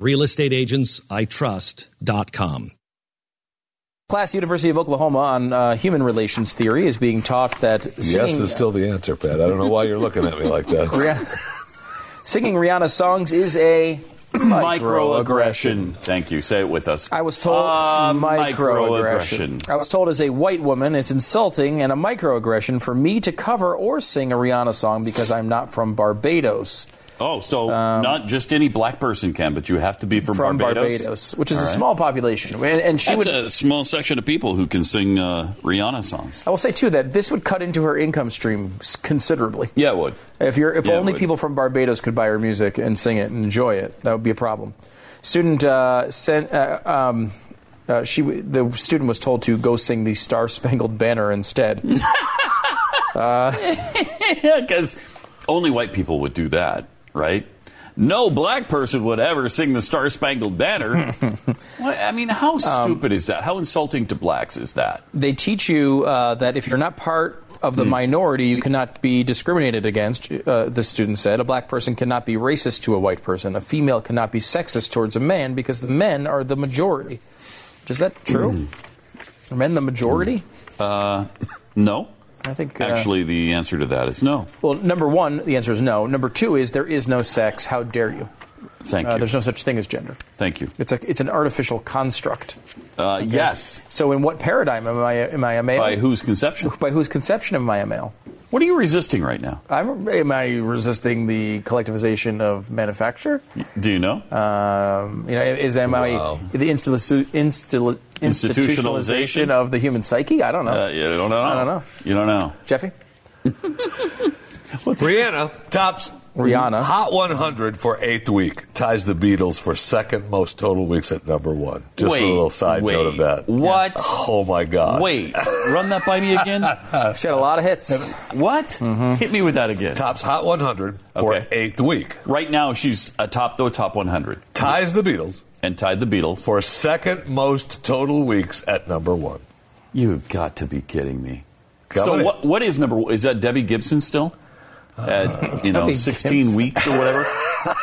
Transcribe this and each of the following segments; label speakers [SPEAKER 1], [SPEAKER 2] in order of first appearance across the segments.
[SPEAKER 1] RealestateAgentsITrust.com.
[SPEAKER 2] Class University of Oklahoma on uh, human relations theory is being taught that singing, uh,
[SPEAKER 3] yes is still the answer, Pat. I don't know why you're looking at me like that.
[SPEAKER 2] singing Rihanna's songs is a
[SPEAKER 4] Microaggression. Thank you. Say it with us.
[SPEAKER 2] I was told
[SPEAKER 4] Uh,
[SPEAKER 2] microaggression.
[SPEAKER 4] microaggression.
[SPEAKER 2] I was told as a white woman, it's insulting and a microaggression for me to cover or sing a Rihanna song because I'm not from Barbados.
[SPEAKER 4] Oh, so not just any black person can, but you have to be from,
[SPEAKER 2] Um, From
[SPEAKER 4] Barbados.
[SPEAKER 2] Barbados, which is a small population, and, and she
[SPEAKER 4] That's
[SPEAKER 2] would.
[SPEAKER 4] a small section of people who can sing uh, Rihanna songs.
[SPEAKER 2] I will say too that this would cut into her income stream s- considerably.
[SPEAKER 4] Yeah, it would.
[SPEAKER 2] If you're, if
[SPEAKER 4] Yeah, it
[SPEAKER 2] only
[SPEAKER 4] would.
[SPEAKER 2] people from Barbados could buy her music and sing it and enjoy it, that would be a problem. Student uh, sent. Uh, um, uh, she w- the student was told to go sing the Star Spangled Banner instead.
[SPEAKER 4] Yeah, because only white people would do that, right? No black person would ever sing the Star Spangled Banner. What- I mean,
[SPEAKER 2] Um,
[SPEAKER 4] how stupid is that? How insulting to blacks is that?
[SPEAKER 2] they teach you uh, that if you're not part of
[SPEAKER 4] Hmm.
[SPEAKER 2] the minority, you cannot be discriminated against. Uh, the student said, "A black person cannot be racist to a white person. A female cannot be sexist towards a man because the men are the majority." Is that
[SPEAKER 4] Hmm.
[SPEAKER 2] true? Are men the majority?
[SPEAKER 4] Uh, No.
[SPEAKER 2] I think uh,
[SPEAKER 4] Hmm. Actually, the answer to that is no.
[SPEAKER 2] Well, number one, the answer is no. Number two is there is no sex. How dare you?
[SPEAKER 4] Thank
[SPEAKER 2] Uh,
[SPEAKER 4] you.
[SPEAKER 2] there's no such thing as gender.
[SPEAKER 4] Thank you.
[SPEAKER 2] It's a, it's an artificial construct.
[SPEAKER 4] Uh, Yes.
[SPEAKER 2] So in what paradigm am I am I a male?
[SPEAKER 4] By whose conception?
[SPEAKER 2] By whose conception am I a male?
[SPEAKER 4] What are you resisting right now?
[SPEAKER 2] I'm, am I resisting the collectivization of manufacture?
[SPEAKER 4] Do you know?
[SPEAKER 2] Um, you know, is am
[SPEAKER 3] Wow.
[SPEAKER 2] I the institu- instil-
[SPEAKER 4] Institutionalization?
[SPEAKER 2] institutionalization of the human psyche? I don't know,
[SPEAKER 4] Uh, you don't know.
[SPEAKER 2] I don't know.
[SPEAKER 4] You don't know.
[SPEAKER 2] Jeffy.
[SPEAKER 3] Rihanna tops
[SPEAKER 2] Rihanna.
[SPEAKER 3] Hot 100 for eighth week, ties the Beatles for second most total weeks at number one. Just
[SPEAKER 4] Wait,
[SPEAKER 3] a little side
[SPEAKER 4] wait.
[SPEAKER 3] note of that.
[SPEAKER 4] What?
[SPEAKER 3] Oh my God!
[SPEAKER 4] Wait, run that by me again.
[SPEAKER 2] She had a lot of hits.
[SPEAKER 4] what? Hit me with that again.
[SPEAKER 3] tops Hot 100 for
[SPEAKER 4] Okay.
[SPEAKER 3] eighth week,
[SPEAKER 4] Right now, she's atop the top 100
[SPEAKER 3] ties the Beatles
[SPEAKER 4] and tied the Beatles.
[SPEAKER 3] for second most total weeks at number one.
[SPEAKER 4] You've got to be kidding me.
[SPEAKER 3] Got
[SPEAKER 4] so
[SPEAKER 3] it.
[SPEAKER 4] what? What is number? Is that Debbie Gibson still? At you know,
[SPEAKER 2] Debbie
[SPEAKER 4] 16
[SPEAKER 2] Gibson.
[SPEAKER 4] weeks or whatever.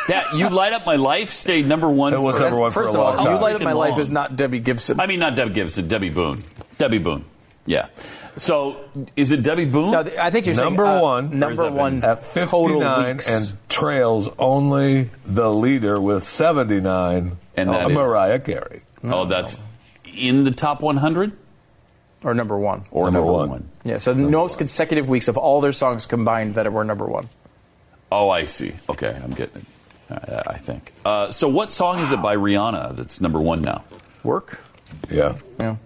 [SPEAKER 4] that you light up my life stayed number one.
[SPEAKER 3] It was
[SPEAKER 4] for-
[SPEAKER 3] number one for
[SPEAKER 2] First
[SPEAKER 3] a
[SPEAKER 2] of all,
[SPEAKER 3] long time.
[SPEAKER 2] you light up
[SPEAKER 4] Freaking
[SPEAKER 2] my life
[SPEAKER 4] long.
[SPEAKER 2] is not Debbie Gibson.
[SPEAKER 4] I mean, not Debbie Gibson. Debbie Boone. Debbie Boone. Yeah. So is it Debbie Boone?
[SPEAKER 2] no, th- I think you're saying,
[SPEAKER 3] Number
[SPEAKER 2] uh,
[SPEAKER 3] one-
[SPEAKER 4] Or
[SPEAKER 2] number
[SPEAKER 4] is that
[SPEAKER 2] one
[SPEAKER 3] At
[SPEAKER 2] total
[SPEAKER 3] 59
[SPEAKER 2] weeks.
[SPEAKER 3] and trails only the leader with 79,
[SPEAKER 4] And that is-
[SPEAKER 3] Mariah Carey.
[SPEAKER 4] oh, that's in the top 100
[SPEAKER 2] or number one.
[SPEAKER 4] or
[SPEAKER 3] Number
[SPEAKER 4] number,
[SPEAKER 3] one.
[SPEAKER 4] one.
[SPEAKER 2] Yeah, so the most consecutive weeks of all their songs combined that were number one.
[SPEAKER 4] Oh, I see. Okay, I'm getting it. I, I think. Uh, so, what song is it by Rihanna that's number one now?
[SPEAKER 2] Work.
[SPEAKER 3] Yeah,
[SPEAKER 2] Yeah.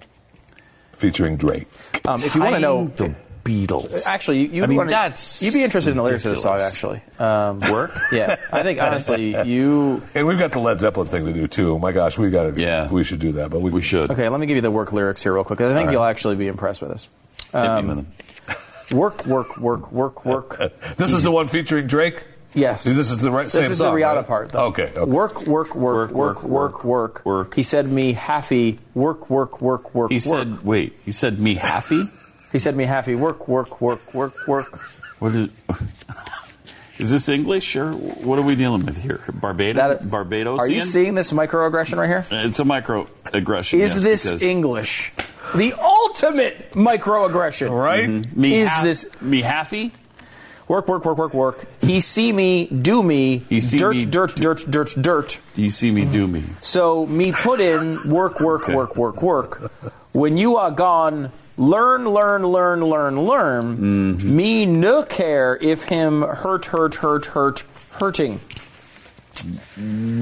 [SPEAKER 3] featuring Drake.
[SPEAKER 2] Um, if you want to know,
[SPEAKER 4] the Beatles,
[SPEAKER 2] actually, you, you
[SPEAKER 4] I mean,
[SPEAKER 2] wanna-
[SPEAKER 4] that's
[SPEAKER 2] you'd be interested in the lyrics of the song.
[SPEAKER 4] ridiculous.
[SPEAKER 2] Actually, um,
[SPEAKER 4] work.
[SPEAKER 2] yeah, I think honestly, you.
[SPEAKER 3] And we've got the Led Zeppelin thing to do too. Oh my gosh, we got to.
[SPEAKER 4] Yeah.
[SPEAKER 3] we should do that, but we,
[SPEAKER 4] We should.
[SPEAKER 2] Okay, let me give you the work lyrics here real quick. I think you'll actually be impressed with this.
[SPEAKER 4] Hit me with them.
[SPEAKER 2] Work, work, work, work, work.
[SPEAKER 3] This is the one featuring Drake.
[SPEAKER 2] Yes.
[SPEAKER 3] See, this is the right
[SPEAKER 2] This
[SPEAKER 3] same
[SPEAKER 2] is
[SPEAKER 3] song,
[SPEAKER 2] the Rihanna
[SPEAKER 3] right?
[SPEAKER 2] part, though.
[SPEAKER 3] Okay, okay.
[SPEAKER 2] Work, work, work, work, work, work,
[SPEAKER 4] work.
[SPEAKER 2] He said me happy. Work, work, work, work,
[SPEAKER 4] He
[SPEAKER 2] work.
[SPEAKER 4] said, "Wait." He said, "Me happy."
[SPEAKER 2] he said me happy. Work, work, work, work, work.
[SPEAKER 4] What is? Is this English or what are we dealing with here? Barbados.
[SPEAKER 2] That-
[SPEAKER 4] Barbados.
[SPEAKER 2] Are you seeing this microaggression right here?
[SPEAKER 4] It's a microaggression.
[SPEAKER 2] Is
[SPEAKER 4] yes,
[SPEAKER 2] this
[SPEAKER 4] because-
[SPEAKER 2] English? The ultimate microaggression.
[SPEAKER 3] right?
[SPEAKER 4] me
[SPEAKER 2] is
[SPEAKER 4] hap-
[SPEAKER 2] this-
[SPEAKER 4] me happy?
[SPEAKER 2] Work, work, work, work, work. He see me, do me.
[SPEAKER 4] He see
[SPEAKER 2] dirt,
[SPEAKER 4] me,
[SPEAKER 2] dirt, dirt, dirt, dirt.
[SPEAKER 4] You see me do me.
[SPEAKER 2] So me put in work, work,
[SPEAKER 4] Okay.
[SPEAKER 2] work, work, work. When you are gone, learn, learn, learn, learn, learn.
[SPEAKER 4] Mm-hmm.
[SPEAKER 2] Me no care if him hurt, hurt, hurt, hurt, hurting.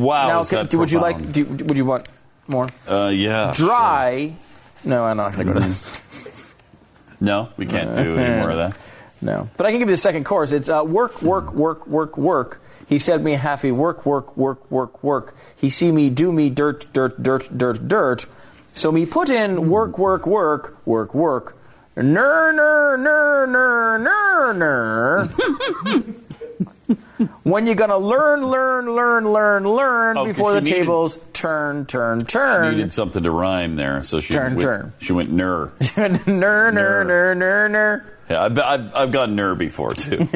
[SPEAKER 4] Wow.
[SPEAKER 2] now,
[SPEAKER 4] is
[SPEAKER 2] can,
[SPEAKER 4] that
[SPEAKER 2] do, would you
[SPEAKER 4] profound.
[SPEAKER 2] like? Do, would you want more?
[SPEAKER 4] Uh, yeah. sure.
[SPEAKER 2] Dry. No, I'm not going to go to this.
[SPEAKER 4] No, we can't do any more of that.
[SPEAKER 2] No, but I can give you the second chorus. It's uh, work, work, work, work, work. He said me happy. Work, work, work, work, work. He see me do me dirt, dirt, dirt, dirt, dirt. So me put in work, work, work, work, work. Ner, ner, ner, ner, ner, ner. when you gonna learn, learn, learn, learn, learn
[SPEAKER 4] Oh, 'cause
[SPEAKER 2] before
[SPEAKER 4] she
[SPEAKER 2] the
[SPEAKER 4] needed-
[SPEAKER 2] tables turn, turn, turn.
[SPEAKER 4] Needed something to rhyme there, so she
[SPEAKER 2] Turn,
[SPEAKER 4] went,
[SPEAKER 2] turn.
[SPEAKER 4] She went ner.
[SPEAKER 2] ner, ner, ner, ner, ner.
[SPEAKER 4] Yeah, I've, I've, I've gone ner before too.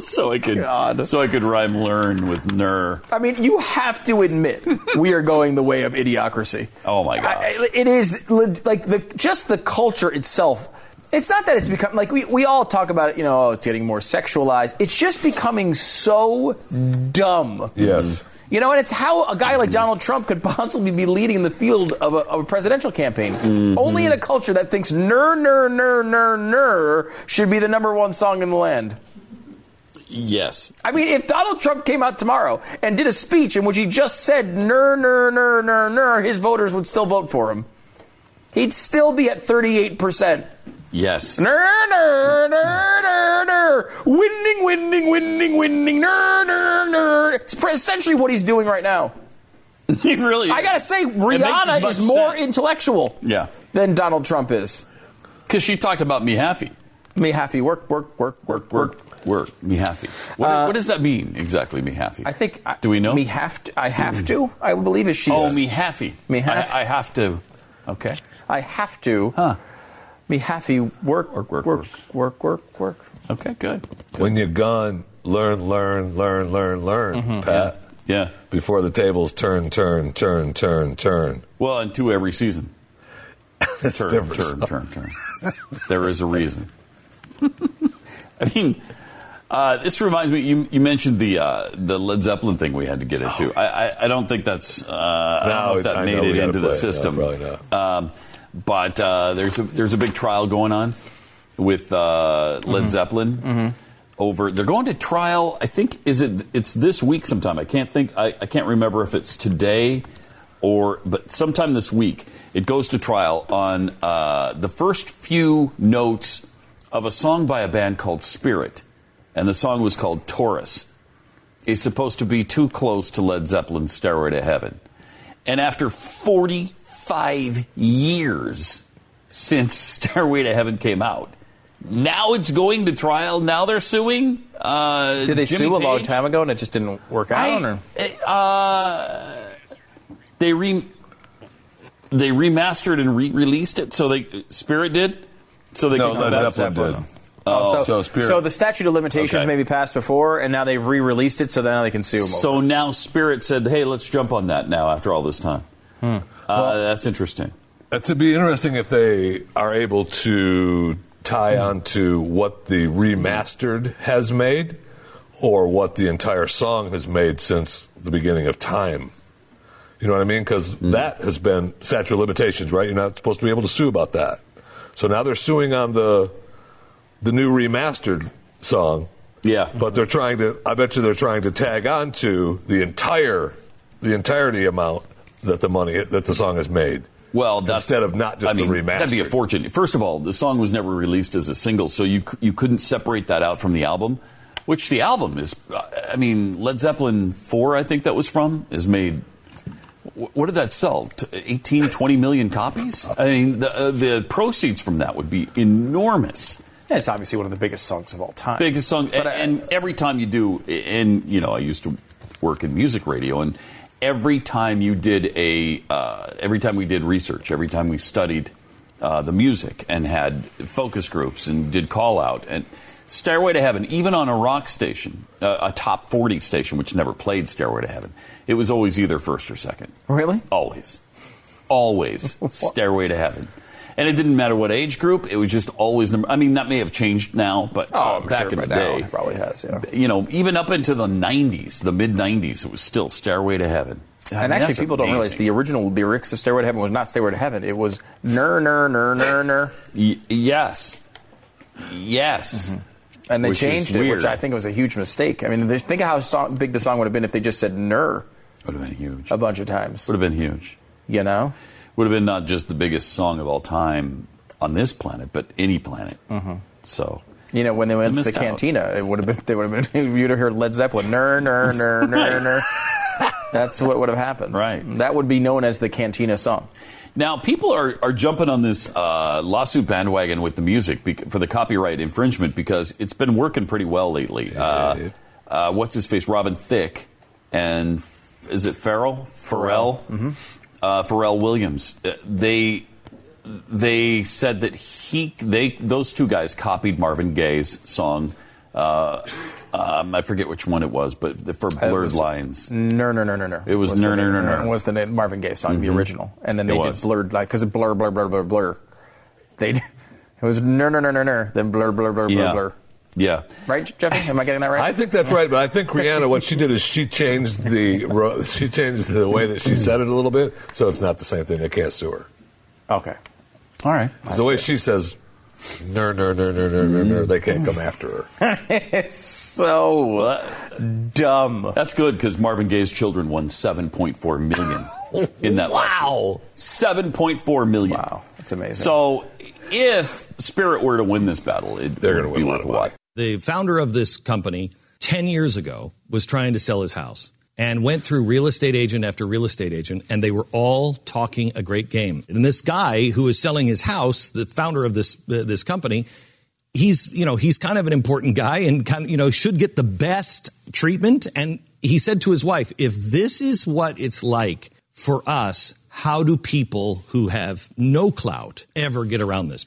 [SPEAKER 4] so I could so I could rhyme learn with ner.
[SPEAKER 2] I mean, you have to admit we are going the way of idiocracy.
[SPEAKER 4] Oh, my gosh.
[SPEAKER 2] I- I- it is le- like the just the culture itself. It's not that it's become like we, we all talk about it, you know, oh, it's getting more sexualized. It's just becoming so dumb.
[SPEAKER 3] Yes.
[SPEAKER 2] You know, and it's how a guy like Donald Trump could possibly be leading the field of a, of a presidential campaign.
[SPEAKER 4] Mm-hmm.
[SPEAKER 2] Only in a culture that thinks ner, ner, ner, ner, ner should be the number one song in the land.
[SPEAKER 4] Yes.
[SPEAKER 2] I mean, if Donald Trump came out tomorrow and did a speech in which he just said ner ner ner ner ner, his voters would still vote for him. He'd still be at 38%.
[SPEAKER 4] Yes.
[SPEAKER 2] Ner ner ner ner ner. Winning, winning, winning, winning. Ner ner ner. It's pre- essentially what he's doing right now.
[SPEAKER 4] It really.
[SPEAKER 2] I gotta
[SPEAKER 4] is.
[SPEAKER 2] say,
[SPEAKER 4] makes as
[SPEAKER 2] Rihanna
[SPEAKER 4] much
[SPEAKER 2] is more
[SPEAKER 4] sense.
[SPEAKER 2] intellectual
[SPEAKER 4] Yeah.
[SPEAKER 2] than Donald Trump is.
[SPEAKER 4] Because she talked about me happy.
[SPEAKER 2] Me happy work work work work work. Uh,
[SPEAKER 4] Work, work, me happy. What, what does that mean exactly, me happy?
[SPEAKER 2] I think. I-
[SPEAKER 4] Do we know?
[SPEAKER 2] Me have to. I have to. I believe is she's.
[SPEAKER 4] oh, me happy.
[SPEAKER 2] Me happy.
[SPEAKER 4] I, I have to. Okay.
[SPEAKER 2] I have to.
[SPEAKER 4] Huh.
[SPEAKER 2] Be happy. Work, work,
[SPEAKER 4] work,
[SPEAKER 2] work, work, work, work.
[SPEAKER 4] Okay, good.
[SPEAKER 3] When you're gone, learn, learn, learn, learn, learn,
[SPEAKER 2] Mm-hmm,
[SPEAKER 3] Pat.
[SPEAKER 4] Yeah.
[SPEAKER 3] Before the tables turn, turn, turn, turn, turn.
[SPEAKER 4] Well, and two every season.
[SPEAKER 3] That's
[SPEAKER 4] Turn,
[SPEAKER 3] different.
[SPEAKER 4] turn, turn, turn. there is a reason. I mean, uh, this reminds me. You, you mentioned the uh, the Led Zeppelin thing we had to get into. I, I, I don't think that's. Uh, I don't know if that
[SPEAKER 3] Oh. I know,
[SPEAKER 4] made
[SPEAKER 3] we
[SPEAKER 4] it
[SPEAKER 3] gotta
[SPEAKER 4] into the
[SPEAKER 3] play it. No,
[SPEAKER 4] system.
[SPEAKER 3] probably
[SPEAKER 4] Um, but uh, there's a there's a big trial going on with uh, Led Zeppelin. Over, they're going to trial. I think is it? It's this week sometime. I can't think. I, I can't remember if it's today or, but sometime this week it goes to trial on uh, the first few notes of a song by a band called Spirit, and the song was called Taurus is supposed to be too close to Led Zeppelin's Stairway to Heaven. And after 45 years since Stairway to Heaven came out, now it's going to trial. Now they're suing. Uh,
[SPEAKER 2] Did they
[SPEAKER 4] Jimmy
[SPEAKER 2] sue a long
[SPEAKER 4] Page?
[SPEAKER 2] time ago and it just didn't work out? or?
[SPEAKER 4] I, uh, they re, they remastered and re-released it. So they Spirit did. So they
[SPEAKER 3] No,
[SPEAKER 4] could
[SPEAKER 3] Led
[SPEAKER 4] come back-
[SPEAKER 3] Zeppelin did.
[SPEAKER 2] Oh,
[SPEAKER 3] so Spirit-
[SPEAKER 2] so the statute of limitations
[SPEAKER 4] Okay.
[SPEAKER 2] may be passed before, and now they've re-released it, so now they can sue. 'em over.
[SPEAKER 4] So now Spirit said, "Hey, let's jump on that now." After all this time,
[SPEAKER 3] Hmm.
[SPEAKER 4] uh, that's interesting.
[SPEAKER 3] It'd Uh, be interesting if they are able to tie onto what the remastered has made or what the entire song has made since the beginning of time. You know what I mean? Because that has been statute of limitations, right? You're not supposed to be able to sue about that. So now they're suing on the the new remastered song,
[SPEAKER 4] Yeah,
[SPEAKER 3] but they're trying to. I bet you they're trying to tag onto the entire the entirety amount that the money that the song has made.
[SPEAKER 4] Well, that's,
[SPEAKER 3] instead of not just
[SPEAKER 4] I mean,
[SPEAKER 3] the remaster.
[SPEAKER 4] That'd be a fortune. First of all, the song was never released as a single, so you c- you couldn't separate that out from the album, which the album is. uh, I mean, Led Zeppelin four, I think that was from, is made. wh- What did that sell? T- 18, 20 million copies? I mean, the, uh, the proceeds from that would be enormous.
[SPEAKER 2] Yeah, it's obviously one of the biggest songs of all time.
[SPEAKER 4] Biggest song.
[SPEAKER 2] But I-
[SPEAKER 4] and every time you do, and, you know, I used to work in music radio, and every time you did a, uh, every time we did research, every time we studied uh, the music and had focus groups and did call out, and Stairway to Heaven, even on a rock station, uh, a top 40 station, which never played Stairway to Heaven, it was always either first or second.
[SPEAKER 2] Really?
[SPEAKER 4] Always. Always. Stairway to Heaven. And it didn't matter what age group; it was just always number. I mean, that may have changed now, but uh,
[SPEAKER 2] Oh, I'm
[SPEAKER 4] back
[SPEAKER 2] sure
[SPEAKER 4] in
[SPEAKER 2] by
[SPEAKER 4] the
[SPEAKER 2] now
[SPEAKER 4] day,
[SPEAKER 2] it probably has, yeah.
[SPEAKER 4] You know, even up into the '90s, the mid '90s, it was still "Stairway to Heaven." I mean,
[SPEAKER 2] And actually,
[SPEAKER 4] that's
[SPEAKER 2] people don't realize
[SPEAKER 4] amazing.
[SPEAKER 2] the original lyrics of Stairway to Heaven was not Stairway to Heaven. It was ner, ner, ner, ner, ner.
[SPEAKER 4] Y- yes, yes.
[SPEAKER 2] And they
[SPEAKER 4] Which is
[SPEAKER 2] changed it,
[SPEAKER 4] weird.
[SPEAKER 2] which I think was a huge mistake. I mean, they- think of how song, big the song would have been if they just said ner
[SPEAKER 4] Would have been huge.
[SPEAKER 2] a
[SPEAKER 4] Would
[SPEAKER 2] bunch of times.
[SPEAKER 4] have been huge.
[SPEAKER 2] You know?
[SPEAKER 4] Would have been not just the biggest song of all time on this planet, but any planet.
[SPEAKER 2] Mm-hmm.
[SPEAKER 4] So
[SPEAKER 2] You know, when they went to
[SPEAKER 4] They
[SPEAKER 2] the
[SPEAKER 4] missed out.
[SPEAKER 2] cantina, it would have been, they would have been, you'd have heard Led Zeppelin, ner, ner, ner, ner, ner. That's what would have happened.
[SPEAKER 4] Right.
[SPEAKER 2] That would be known as the cantina song.
[SPEAKER 4] Now, people are, are jumping on this uh, lawsuit bandwagon with the music bec- for the copyright infringement because it's been working pretty well lately. Uh, uh, what's his face? Robin Thicke and f- is it Farrell? Pharrell? Uh, Pharrell Williams. Uh, they they said that he they those two guys copied Marvin Gaye's song. Uh, um, I forget which one it was, but the, for Blurred
[SPEAKER 2] was-
[SPEAKER 4] Lines.
[SPEAKER 2] Ner, ner, ner, ner, ner.
[SPEAKER 4] It was
[SPEAKER 2] the
[SPEAKER 4] ner, ner,
[SPEAKER 2] name-
[SPEAKER 4] ner, ner. Mm-hmm.
[SPEAKER 2] Was the name, Marvin Gaye song, the original. And then
[SPEAKER 4] It
[SPEAKER 2] they
[SPEAKER 4] was.
[SPEAKER 2] did blurred, like, because it blur, blur, blur, blur, blur. They did, it was ner, ner, ner, ner, ner, then blur, blur, blur, blur,
[SPEAKER 4] Yeah.
[SPEAKER 2] blur.
[SPEAKER 4] Yeah.
[SPEAKER 2] Right, Jeffy? Am I getting that right?
[SPEAKER 3] I think that's right, but I think Rihanna, what she did is she changed the ro- she changed the way that she said it a little bit, so it's not the same thing. They can't sue her.
[SPEAKER 2] okay.
[SPEAKER 4] All right.
[SPEAKER 3] 'Cause the way she says, "Ner, ner, ner, ner, ner, ner, ner," they can't come after her.
[SPEAKER 2] so uh,
[SPEAKER 4] Well, that-
[SPEAKER 2] dumb.
[SPEAKER 4] That's good because Marvin Gaye's children won 7.4 million in that
[SPEAKER 3] Wow.
[SPEAKER 4] lawsuit. 7.4 million.
[SPEAKER 2] Wow, that's amazing.
[SPEAKER 4] So if Spirit were to win this battle, it
[SPEAKER 3] They're gonna
[SPEAKER 4] would
[SPEAKER 3] win
[SPEAKER 4] be
[SPEAKER 3] a lot of
[SPEAKER 4] worth a
[SPEAKER 3] money.
[SPEAKER 4] while.
[SPEAKER 1] the founder of this company 10 years ago was trying to sell his house and went through real estate agent after real estate agent and they were all talking a great game and this guy who is selling his house the founder of this uh, this company he's you know he's kind of an important guy and kind of you know should get the best treatment and he said to his wife if this is what it's like for us how do people who have no clout ever get around this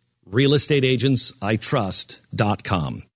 [SPEAKER 1] Real estate agents I trust.com.